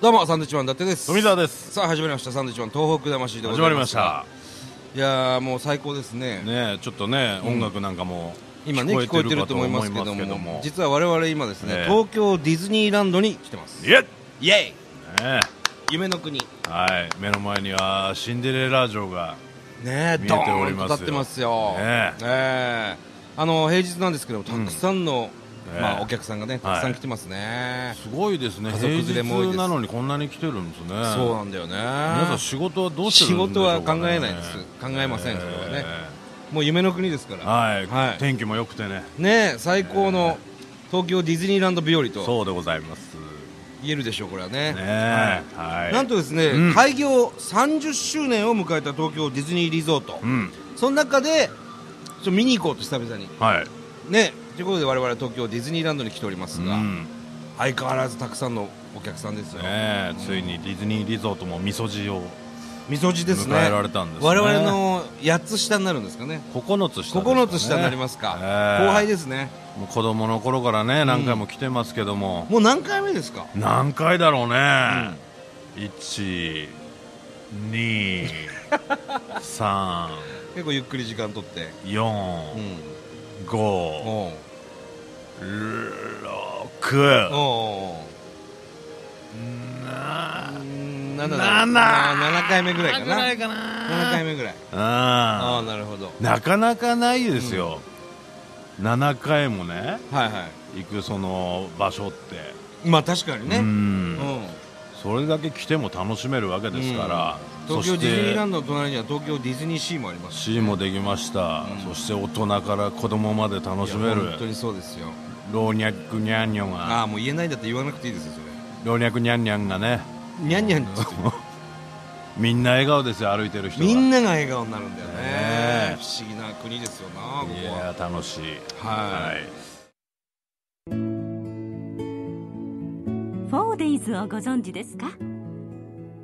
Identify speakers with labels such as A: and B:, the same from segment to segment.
A: どうもサンドウィッチマン伊達です
B: 富澤です
A: さあ始まりましたサンドウィッチマン東北魂でご
B: 始
A: ざ
B: ま
A: い
B: りま
A: ま
B: し
A: す
B: た
A: いやーもう最高ですね
B: ねえちょっとね、音楽なんかも
A: 今ね聞こえてると思いますけども実は我々今ですね、
B: ええ
A: 東京ディズニーランドに来てます
B: いえ、ね
A: イエイ
B: え
A: 夢の国ね
B: はい目の前にはシンデレラ城が
A: え
B: 見え
A: ド
B: てお
A: ー
B: り
A: ンと
B: ますよ
A: 立ってますよ
B: ねえ
A: ええあの平日なんですけどもたくさんの、
B: ええ
A: まあ、お客さんがねたくさん来てますね、
B: すごいですね
A: 家
B: 平
A: 族連れも多いです
B: 日なのにこんなに来てるんですね
A: そうなんだよね
B: 皆さん仕事はどうして
A: 仕
B: るんでし
A: 事
B: ょうか、
A: は
B: ね、
A: 考えないです考えませんそれはね
B: え
A: もう夢の国ですから
B: えはい、
A: はい
B: 天気も良くてね
A: ねえ最高の東京ディズニーランド日和と
B: そうでございます
A: 言えるでしょうこれはね
B: ねえはい
A: なんとですね、
B: うん
A: 開業30周年を迎えた東京ディズニーリゾート、
B: うん
A: その中でちょっと見に行こうと久々に
B: はい、
A: ねということで我々東京ディズニーランドに来ておりますが、
B: うんね
A: 相変わらずたくさんのお客さんですよ、
B: えついにディズニーリゾートもみそじを
A: みそじですね
B: 迎えられたんですね
A: 我々の8つ下になるんですかね
B: 9つ下ですかね
A: 9つ下になりますか、
B: ええ
A: 後輩ですね
B: もう子供の頃からね何回も来てますけども、
A: もう何回目ですか
B: 何回だろうね、一二三
A: 結構ゆっくり時間とってう
B: 四
A: ん
B: 五
A: おう
B: 六
A: おう7
B: 7
A: 7回目ぐらいかな
B: 7
A: 7
B: か
A: 回
B: な
A: 目ぐらいああ
B: あ
A: なるほど
B: なかなかないですよ、七7回もね
A: はいは
B: 行くその場所って
A: いまあ確かにね
B: う
A: うんん
B: それだけ来ても楽しめるわけですから、そ
A: 東
B: して
A: 京ディズニーランドの隣には東京ディズニーシーもありますし
B: C もできました、そして大人から子供まで楽し
A: い
B: め
A: や
B: る
A: 本当にそうですよ
B: 老若にゃんにょ
A: あ
B: が
A: あもう言えないんだって言わなくていいですよそ
B: 老若にゃんにゃんがね
A: れにゃんにゃんって言って
B: みんな笑顔ですよ歩いてる人が
A: みんなが笑顔になるんだよ
B: ね
A: ね不思議な国ですよなこ
B: い
A: こ
B: や
A: は
B: ー楽しい
A: はい
B: い
C: フォーデイズをご存知ですか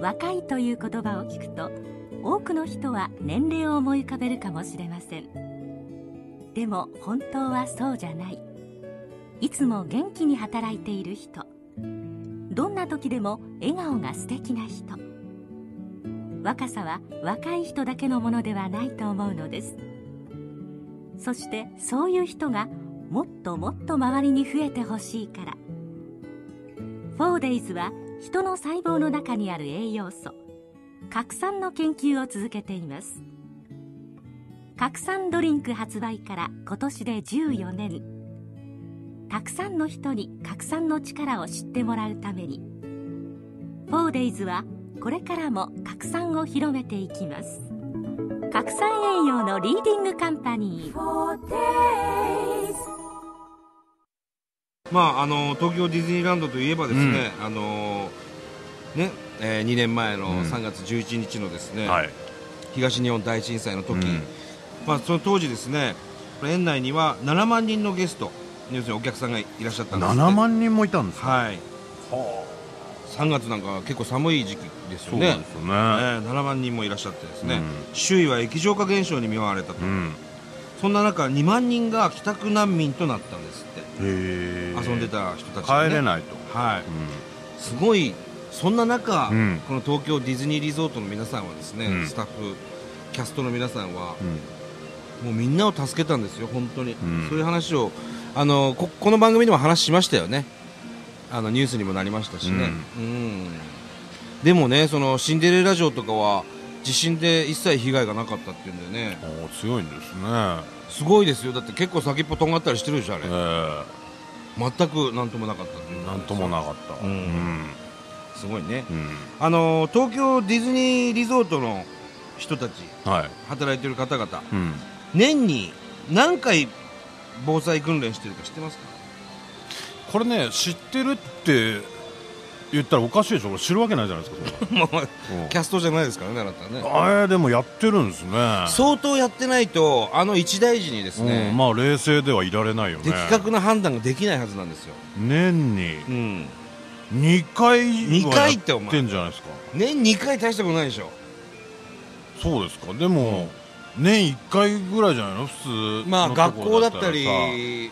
C: 若いという言葉を聞くと多くの人は年齢を思い浮かべるかもしれませんでも本当はそうじゃないいつも元気に働いている人どんな時でも笑顔が素敵な人若さは若い人だけのものではないと思うのですそしてそういう人がもっともっと周りに増えてほしいからフォーデイズは人の細胞の中にある栄養素核酸の研究を続けています核酸ドリンク発売から今年で14年たくさんの人に核酸の力を知ってもらうためにフォーデイズはこれからも核酸を広めていきます核酸栄養のリーディングカンパニー
A: まああの東京ディズニーランドといえばですねあのねえー2年前の3月11日のですね
B: はい
A: 東日本大震災の時、
B: うん
A: まあ、その当時ですね園内には7万人のゲスト要するにお客さんがいらっしゃったんですって
B: 7万人もいたんですか
A: はい3月なんかは結構寒い時期です
B: そ
A: よ
B: う
A: ね
B: なんですよね
A: えー7万人もいらっしゃってですね、
B: うん
A: 周囲は液状化現象に見舞われたと、
B: うん
A: そんな中2万人が帰宅難民となったんですって、
B: へー
A: 遊んでた人たちがね、
B: 帰れないと
A: はい
B: うん
A: すごいそんな中、
B: うん
A: この東京ディズニーリゾートの皆さんはですね、
B: うん
A: スタッフキャストの皆さんは、もうみんなを助けたんですよ、本当に、
B: ん
A: そういう話をあのここの番組でも話しましたよねあのニュースにもなりましたしね、うんでもねそのシンデレラ城とかは地震で一切被害がなかったっていうんだよね
B: うんおー強いんですね
A: すごいですよだって結構先っぽとんがったりしてるでしょあれ
B: えー
A: 全く何ともなかったっていう
B: なんともなかった
A: うん
B: うん
A: すごいね
B: うん
A: あの東京ディズニーリゾートの人たち
B: はい
A: 働いてる方々
B: うん
A: 年に何回防災訓練してるか知ってますか
B: これね知ってるって言ったらおかしいでしょ俺知るわけないじゃないですかそんな うん
A: キャストじゃないですからねあなたね
B: あれでもやってるんですね
A: 相当やってないとあの一大事にですね、
B: うん、まあ冷静ではいられないよね
A: 的確な判断ができないはずなんですよ、
B: 年に
A: うん、
B: 2回
A: 二
B: は
A: 回
B: や
A: ってお前
B: ってんじゃないですか
A: 年2回大したことないでしょ
B: そうですかでも、年1回ぐらいじゃないの普通
A: まあ
B: の
A: 学
B: とこ
A: 校
B: ろ
A: だ
B: だ
A: っ
B: った
A: た
B: らさ
A: り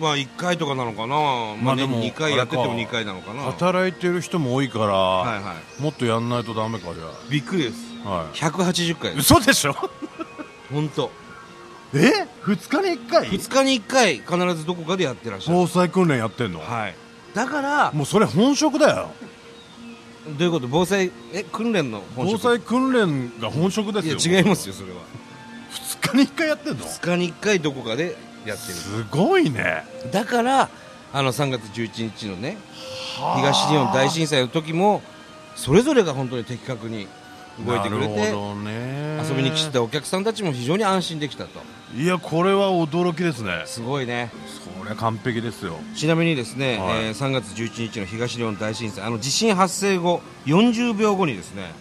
A: まあ1回とかなのかな、ま
B: ま
A: あ、
B: あで
A: 年
B: も
A: に2回やってて
B: あれ
A: も
B: か
A: 2回なのかな、は
B: 働いてる人も多いから、
A: いは
B: もっとやんないとダメかじ
A: い、びっくりです、
B: ゃあはい
A: 180回です、
B: 嘘でしょ
A: 本当、
B: え2日に1回
A: 2日に1回、必ずどこかでやってらっしゃる、
B: 防災訓練やってんの、
A: はい、だから、
B: もうそれ本職だよ
A: どういうこと、防災え訓練の本
B: 防
A: 職
B: 災訓練が本職ですよ
A: いや違いますよ、それは、
B: 2日に1回やってんの
A: 2日に1回どこかでやって
B: すごいね
A: る、だから、あの3月11日のね、東日本大震災の時も、それぞれが本当に的確に動いてくれ
B: な
A: て
B: るほ。どね
A: 遊びに来たお客さんたちも非常に安心できたと
B: いやこれは驚きですね
A: すごいね
B: それ完璧ですよ
A: ちなみにですね、
B: はい
A: えー3月11日の東日本大震災あの地震発生後40秒後にですね、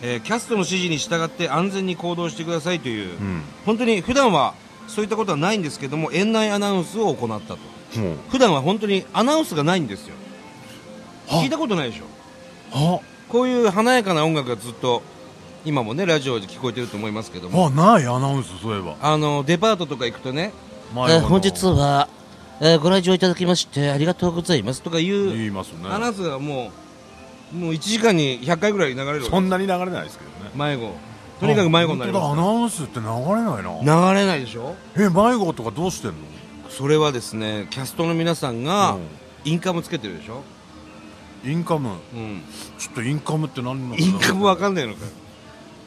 A: えーキャストの指示に従って安全に行動してくださいという、
B: うん
A: 本当に普段はそういったことはないんですけども園内アナウンスを行ったと
B: もう
A: 普段は本当にアナウンスがないんですよ
B: は
A: 聞いたことないでしょ
B: あ
A: こういう華やかな音楽がずっと今もねラジオで聞こえてると思いますけども
B: あないアナウンスそういえば
A: あのデパートとか行くとね
B: 前もの
A: は、えーご来場いただきましてありがとうございますとかいう
B: 言いますね
A: アナウンスがもうもう1時間に100回ぐらい流れるわ
B: そんなに流れないですけどね
A: け迷子とにかく迷子になり
B: あ
A: ま
B: 本当だアナウンスって流れないな
A: すから流れないでしょ
B: え迷子とかどうしてんの
A: それはですねキャストの皆さんがインカムつけてるでしょ、
B: うんインカ
A: う
B: ム
A: ん、
B: ちょっとインカムって何なの
A: インカムわ
B: ん
A: かんないのかよ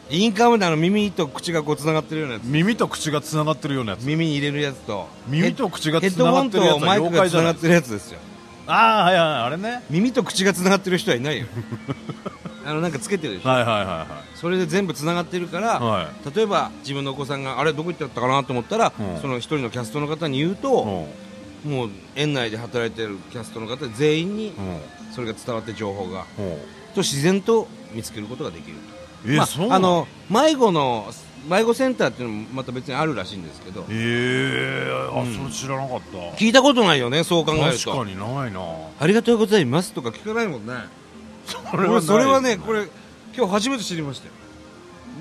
A: インカムであの耳と口がこうつながってるようなやつ
B: 耳と口がつながってるようなやつ
A: 耳に入れるやつと
B: 耳と口が
A: ヘ
B: つ
A: ッ
B: な
A: ド
B: が
A: ホ
B: っ
A: ン
B: てるや
A: と
B: つは
A: マイク
B: 妖
A: が
B: 怪
A: つ
B: じゃ
A: な
B: な
A: が
B: い
A: ってるやつですよ
B: ああはいはいあれね
A: 耳と口がつながってる人はいないよ あのなんかつけてるでしょ
B: はいはいは
A: それで全部つながってるか
B: い
A: ら、
B: はいはい
A: 例えば自分のお子さんがあれどこ行っちゃったかなと思ったら、
B: うん
A: その一人のキャストの方に言うと、
B: う
A: もう園内で働いてるキャストの方全員に
B: んうん
A: それが伝わって情報が
B: うん
A: と自然と見つけることができる
B: え
A: まあ
B: そうな
A: あの迷子の迷子センターっていうのもまた別にあるらしいんですけど
B: ええあ、
A: うん
B: それ知らなかった
A: 聞いたことないよねそう考える
B: 確
A: と
B: かにないな
A: ありがとうございますとか聞かないもんね
B: そ
A: 俺それはねこ
B: れ
A: れ今日初めて知りましたよ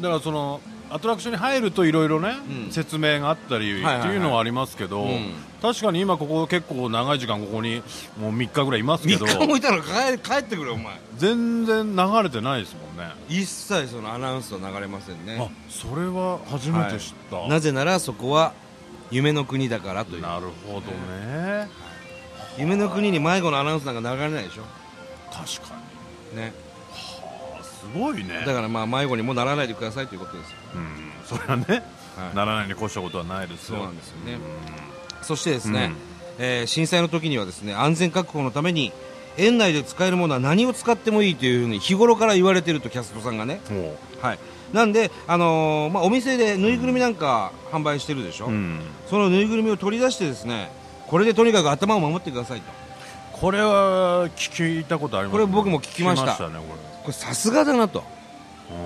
B: だからそのアトラクションに入るといろいろね、
A: うん
B: 説明があったりって
A: はいはいはい
B: いうのはありますけど、
A: うん
B: 確かに今ここ結構長い時間ここにもう3日ぐらいいますけど
A: 3日もいたら帰帰ってくれお前
B: 全然流れてないですもんね
A: 一切そのアナウンスは流れませんね
B: あそれは初めて知った、
A: なぜならそこは夢の国だからという
B: なるほどね、
A: 夢の国に迷子のアナウンスなんか流れないでしょ、
B: 確かに
A: ね、
B: あすごいね
A: だからまあ迷子にもならないでくださいということですよ、
B: うん、それはね、
A: はい
B: ならないに越したことはないです
A: そう
B: よ
A: なんですよね、そしてですね、
B: うん
A: えー震災の時にはですね安全確保のために園内で使えるものは何を使ってもいいというふうに日頃から言われてるとキャストさんがね、
B: も
A: はい、なんで、あのーまあ、お店でぬいぐるみなんか販売してるでしょ、
B: う、うん、
A: そのぬいぐるみを取り出してですねこれでとにかく頭を守ってくださいと
B: これは聞いたことあります
A: これ僕も聞きました
B: 聞ね
A: これさすがだなと
B: これうー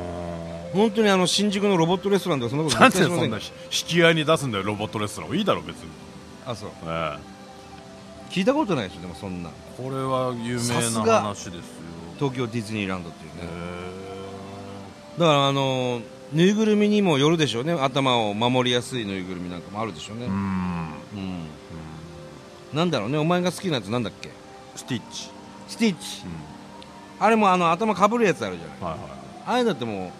B: ん
A: 本当にあの新宿のロボットレストランではそんなこと
B: なん
A: 絶
B: で
A: 対しませ
B: そん
A: ん
B: な
A: か
B: 引き合いに出すんだよロボットレストランいいだろ別に、
A: あそう
B: ええ
A: 聞いたことないでしょでもそんな
B: これは有名
A: さす
B: な
A: が
B: 話ですよ
A: 東京ディズニーランドっていう
B: へ
A: ね
B: え
A: だからあのーぬいぐるみにもよるでしょうね頭を守りやすいぬいぐるみなんかもあるでしょうね
B: う、ん
A: うんなんだろうねお前が好きなやつなんだっけ
B: スティッチ、
A: スティッチ
B: うん
A: あれもあの頭かぶるやつあるじゃない
B: はいはい
A: ああいうのだってもう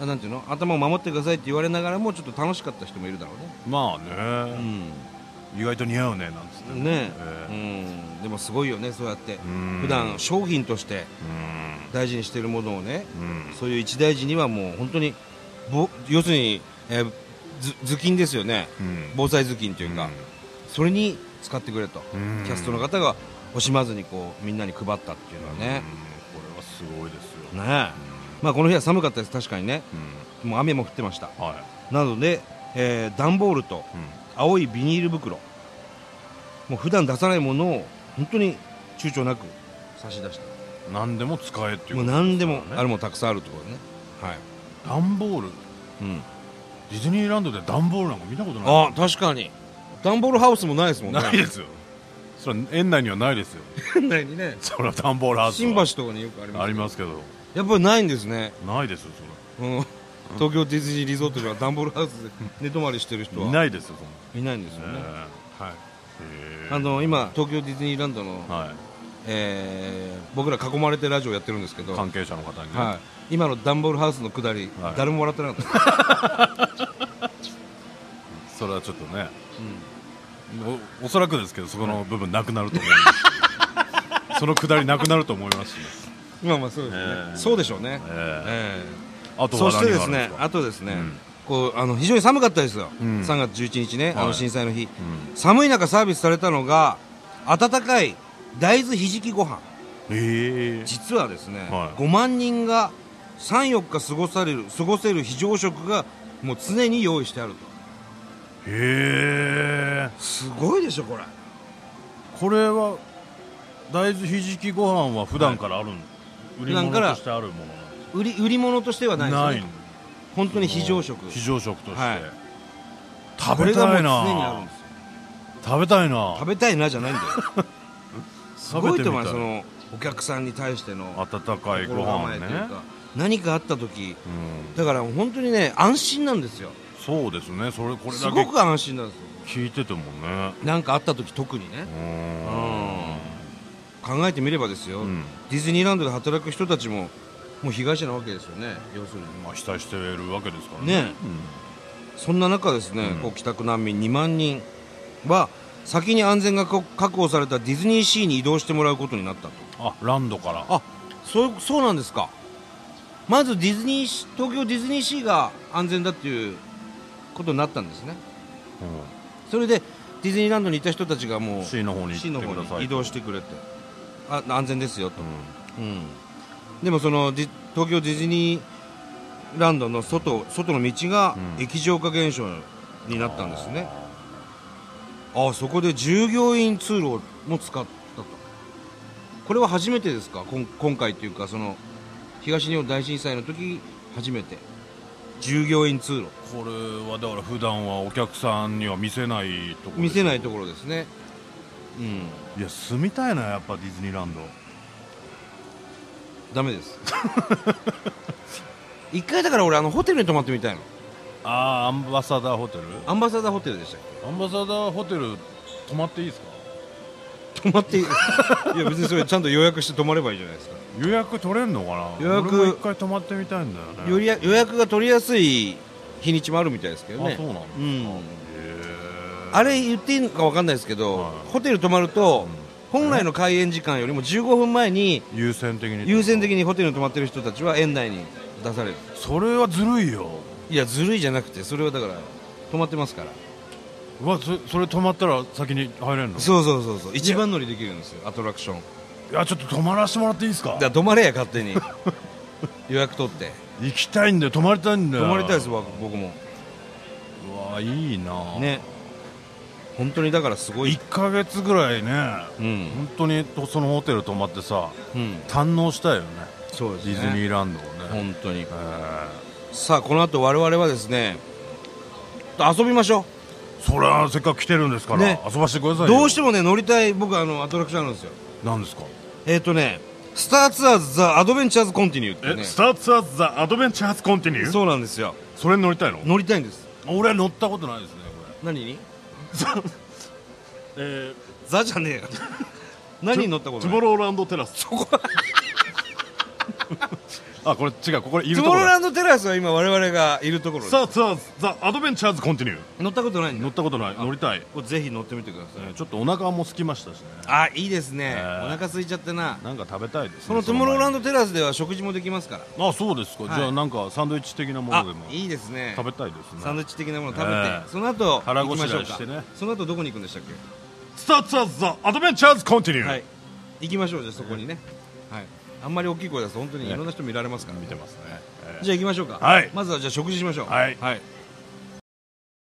A: あなんていうの頭を守ってくださいって言われながらもちょっと楽しかった人もいるだろ
B: ま
A: う
B: あね、
A: ね
B: 意外と似合うねなんつって
A: うんね
B: え
A: え、
B: え
A: うんでもすごいよねそうやって
B: うん
A: 普段商品として大事にしてるものをね
B: うんうん
A: そういう一大事にはもう本当にぼ要するに、えーず頭巾ですよね
B: うん
A: 防災頭巾というか、それに使ってくれと、
B: うん
A: キャストの方が惜しまずにこうみんなに配ったっていうのはね、
B: うんこれはすごいですよ、
A: ねえまあ、この日は寒かったです確かにね
B: うん
A: もう雨も降ってました
B: はい、
A: なので、えー段ボールと青いビニール袋もう普段出さないものを本当に躊躇なく差し出し
B: うん、何でも使えって
A: た
B: い
A: も
B: う
A: う
B: こと
A: 何でも
B: すからね
A: あるものたくさんあるってことねはい、
B: 段ボール
A: うん、
B: ディズニーランドで段ボールなんか見たことない
A: あ確かに段ボールハウスもないですもんね
B: ないですよそれは園内にはないで すよ
A: 県内にね
B: それは段ボールハウス
A: 新
B: は
A: 橋とかによくあります
B: ありますけど
A: やっぱりないんですね、
B: ないですよ
A: うん、東京ディズニーリゾートではダンボールハウスで寝泊まりしてる
B: そ
A: 人
B: れ
A: はい
B: ないですよそん
A: いないんですよ
B: な
A: ね、
B: ええ
A: はい、あの今東京ディズニーランドの、
B: は
A: えー僕ら囲まれてラジオやってるんですけど、
B: い、関係者の方にね、
A: はい、今のダンボールハウスの下り、
B: はい
A: 誰も笑ってなか った、
B: それはちょっとね
A: うん
B: おおそらくですけどそこの部分なくなると思いま すそのくだりなくなると思いますし、
A: まあまあそうですね、
B: ええ
A: そうでしょうね、
B: え
A: え
B: ーあ
A: え
B: と
A: そ
B: は
A: して
B: 何
A: で
B: があ
A: す
B: るんです
A: ね
B: か
A: あとですね、
B: うん
A: こうあの非常に寒かったですよ、
B: うん
A: 3月11日ね、
B: はい
A: あの震災の日、
B: うん
A: 寒い中サービスされたのが温かい大豆ひじきご飯
B: えー
A: 実はですね、
B: はい
A: 5万人が34日過ごされる過ごせる非常食がもう常に用意してあると
B: へえ
A: すごいでしょこれ
B: これは大豆ひじきご飯は普段からあるん、売り
A: 普段か
B: 物
A: ら
B: としてあるもの
A: 売り売り物としてはないですよ
B: な
A: ね
B: いの
A: 本当に非常食
B: 非常食として、
A: はい
B: 食
A: こ
B: べ
A: れがもう
B: たい
A: 常にあるん
B: な
A: ですよ
B: 食べたいな
A: 食べたいなじゃないんだよすごいと思いますそ
B: 食べてみ
A: のお客さんに対しての
B: たい温かいご
A: 心構
B: 飯
A: えと
B: ね
A: いうか、何かあった時
B: うん
A: だから本当にね安心なんですよ
B: そうですねそれこれ
A: す
B: だ
A: ご
B: け
A: く安心なんですよ
B: 聞いててもね
A: 何かあった時特にね
B: うーん
A: 考えてみればですよ、
B: うん
A: ディズニーランドで働く人たちももう被害者なわけですよね要するに
B: まあ期待してるわけですからね
A: ねそんな中ですね、
B: うん
A: こう帰宅難民2万人は先に安全がこ確保されたディズニーシーに移動してもらうことになったと
B: うんあランドから
A: あそうそうなんですかまずディズニーシ東京ディズニーシーが安全だっていうことになったんですね
B: う
A: それでディズニーランドにいた人たちがも
B: ん
A: う
B: C の方に
A: 市
B: 行
A: の
B: って
A: 方
B: くださ
A: に
B: い
A: 移動してくれてあ安全ですよと
B: う、ん
A: うんでもそのディ東京ディズニーランドの外外の道が
B: うん
A: 液状化現象になったんですね、ああそこで従業員通路も使ったとこれは初めてですかこん今回というかその東日本大震災の時初めて従業員通路
B: これはだから普段はお客さんには見せないところ
A: 見せないと
B: こ
A: ころですねうん
B: いや住みたいなやっぱディズニーランド
A: ダメです一回だから俺あのホテルに泊まってみたいの
B: ああアンバサダーホテル
A: アンバサダーホテルでしたっ
B: アンバサダーホテル泊まっていいですか
A: け泊まって いや別にそれちゃんと予約して泊まればいいじゃないですか
B: 予約取れんのかな
A: 予約
B: 俺も一回泊まってみたいんだよね
A: よりや予約が取りやすい日にちもあるみたいですけど
B: あ
A: ね
B: そうなんだへ
A: うん
B: え
A: あれ言っていいのか分かんないですけど、
B: はい
A: ホテル泊まると、
B: うん
A: 本来の開園時間よりも15分前に
B: 優先的に
A: 優先的
B: に
A: にホテルに泊まってる人たちは園内に出される
B: それはずるいよ
A: いやずるいじゃなくてそれはだから泊まってますから
B: うわそそれ泊まったら先に入れんの
A: そうそうそうそう一番乗りできるんですよアトラクション
B: いやちょっと泊まらせてもらっていいですか
A: だから泊まれや勝手に予約取って
B: 行きたいんだよ泊まりたいんだよ
A: 泊まりたいです僕僕も
B: うわいいな
A: ね本当にだからすごい
B: 1か月ぐらいね
A: うん
B: 本当にとそのホテル泊まってさ
A: うん
B: 堪能したいよね
A: そう
B: デ
A: ですね
B: ィズニーランドをね
A: 本当に
B: えー
A: さあこの後我々はですね遊びましょ
B: それはせっかく来てるんですから、
A: ね
B: 遊ばしてくださ
A: う
B: いよ
A: どうしてもね乗りたい僕あのアトラクションあるんですよ
B: なんですか
A: えっ、ー、とねスターツアーズ・ザ・アドベンチャーズ・コンティニューっていうね
B: ターツアーズ・ザ・アドベンチャーズ・コンティニ
A: そうなんですよ
B: それに乗りたいの
A: 乗りたいんです
B: 俺は乗ったことないですね
A: 何に
B: これえ
A: ザじゃねえよ何に乗ったことない
B: ローランド・テラスそこ あこれ違うここにい
A: トゥモローランドテラスは今我々がいるところです
B: ーツアーズ・ザ・アドベンチャーズ・コンティニュー
A: 乗ったことないんだ
B: 乗ったことない乗りたい
A: これぜひ乗ってみてください、
B: えーちょっとお腹も空きましたしね
A: あいいですね、
B: えー
A: お腹空いちゃってな
B: なんか食べたいですね
A: このトゥモローランド
B: そ
A: テラスでは食事もできますから
B: の前にあそうですか、
A: はい
B: じゃあなんかサンドイッチ的なも
A: あ
B: のでも
A: いいですね
B: 食べたいですね
A: サンドイッチ的なものを食べて、
B: えー
A: その後
B: 腹
A: 行
B: ご
A: き
B: し
A: ま
B: らえ
A: しょう
B: して
A: か
B: ね
A: その後どこに行くんでしたっけ、
B: スターツアーズ・ザ・アドベンチャーズ・コンティニュ
A: はい行きましょうじゃあそこにね、はい、あんまり大きい声出すと本当にいろんな人見られますから、
B: 見てますね、えー
A: じゃあ行きましょうか、
B: はい
A: まずはじゃあ食事しましょう
B: はい
A: はい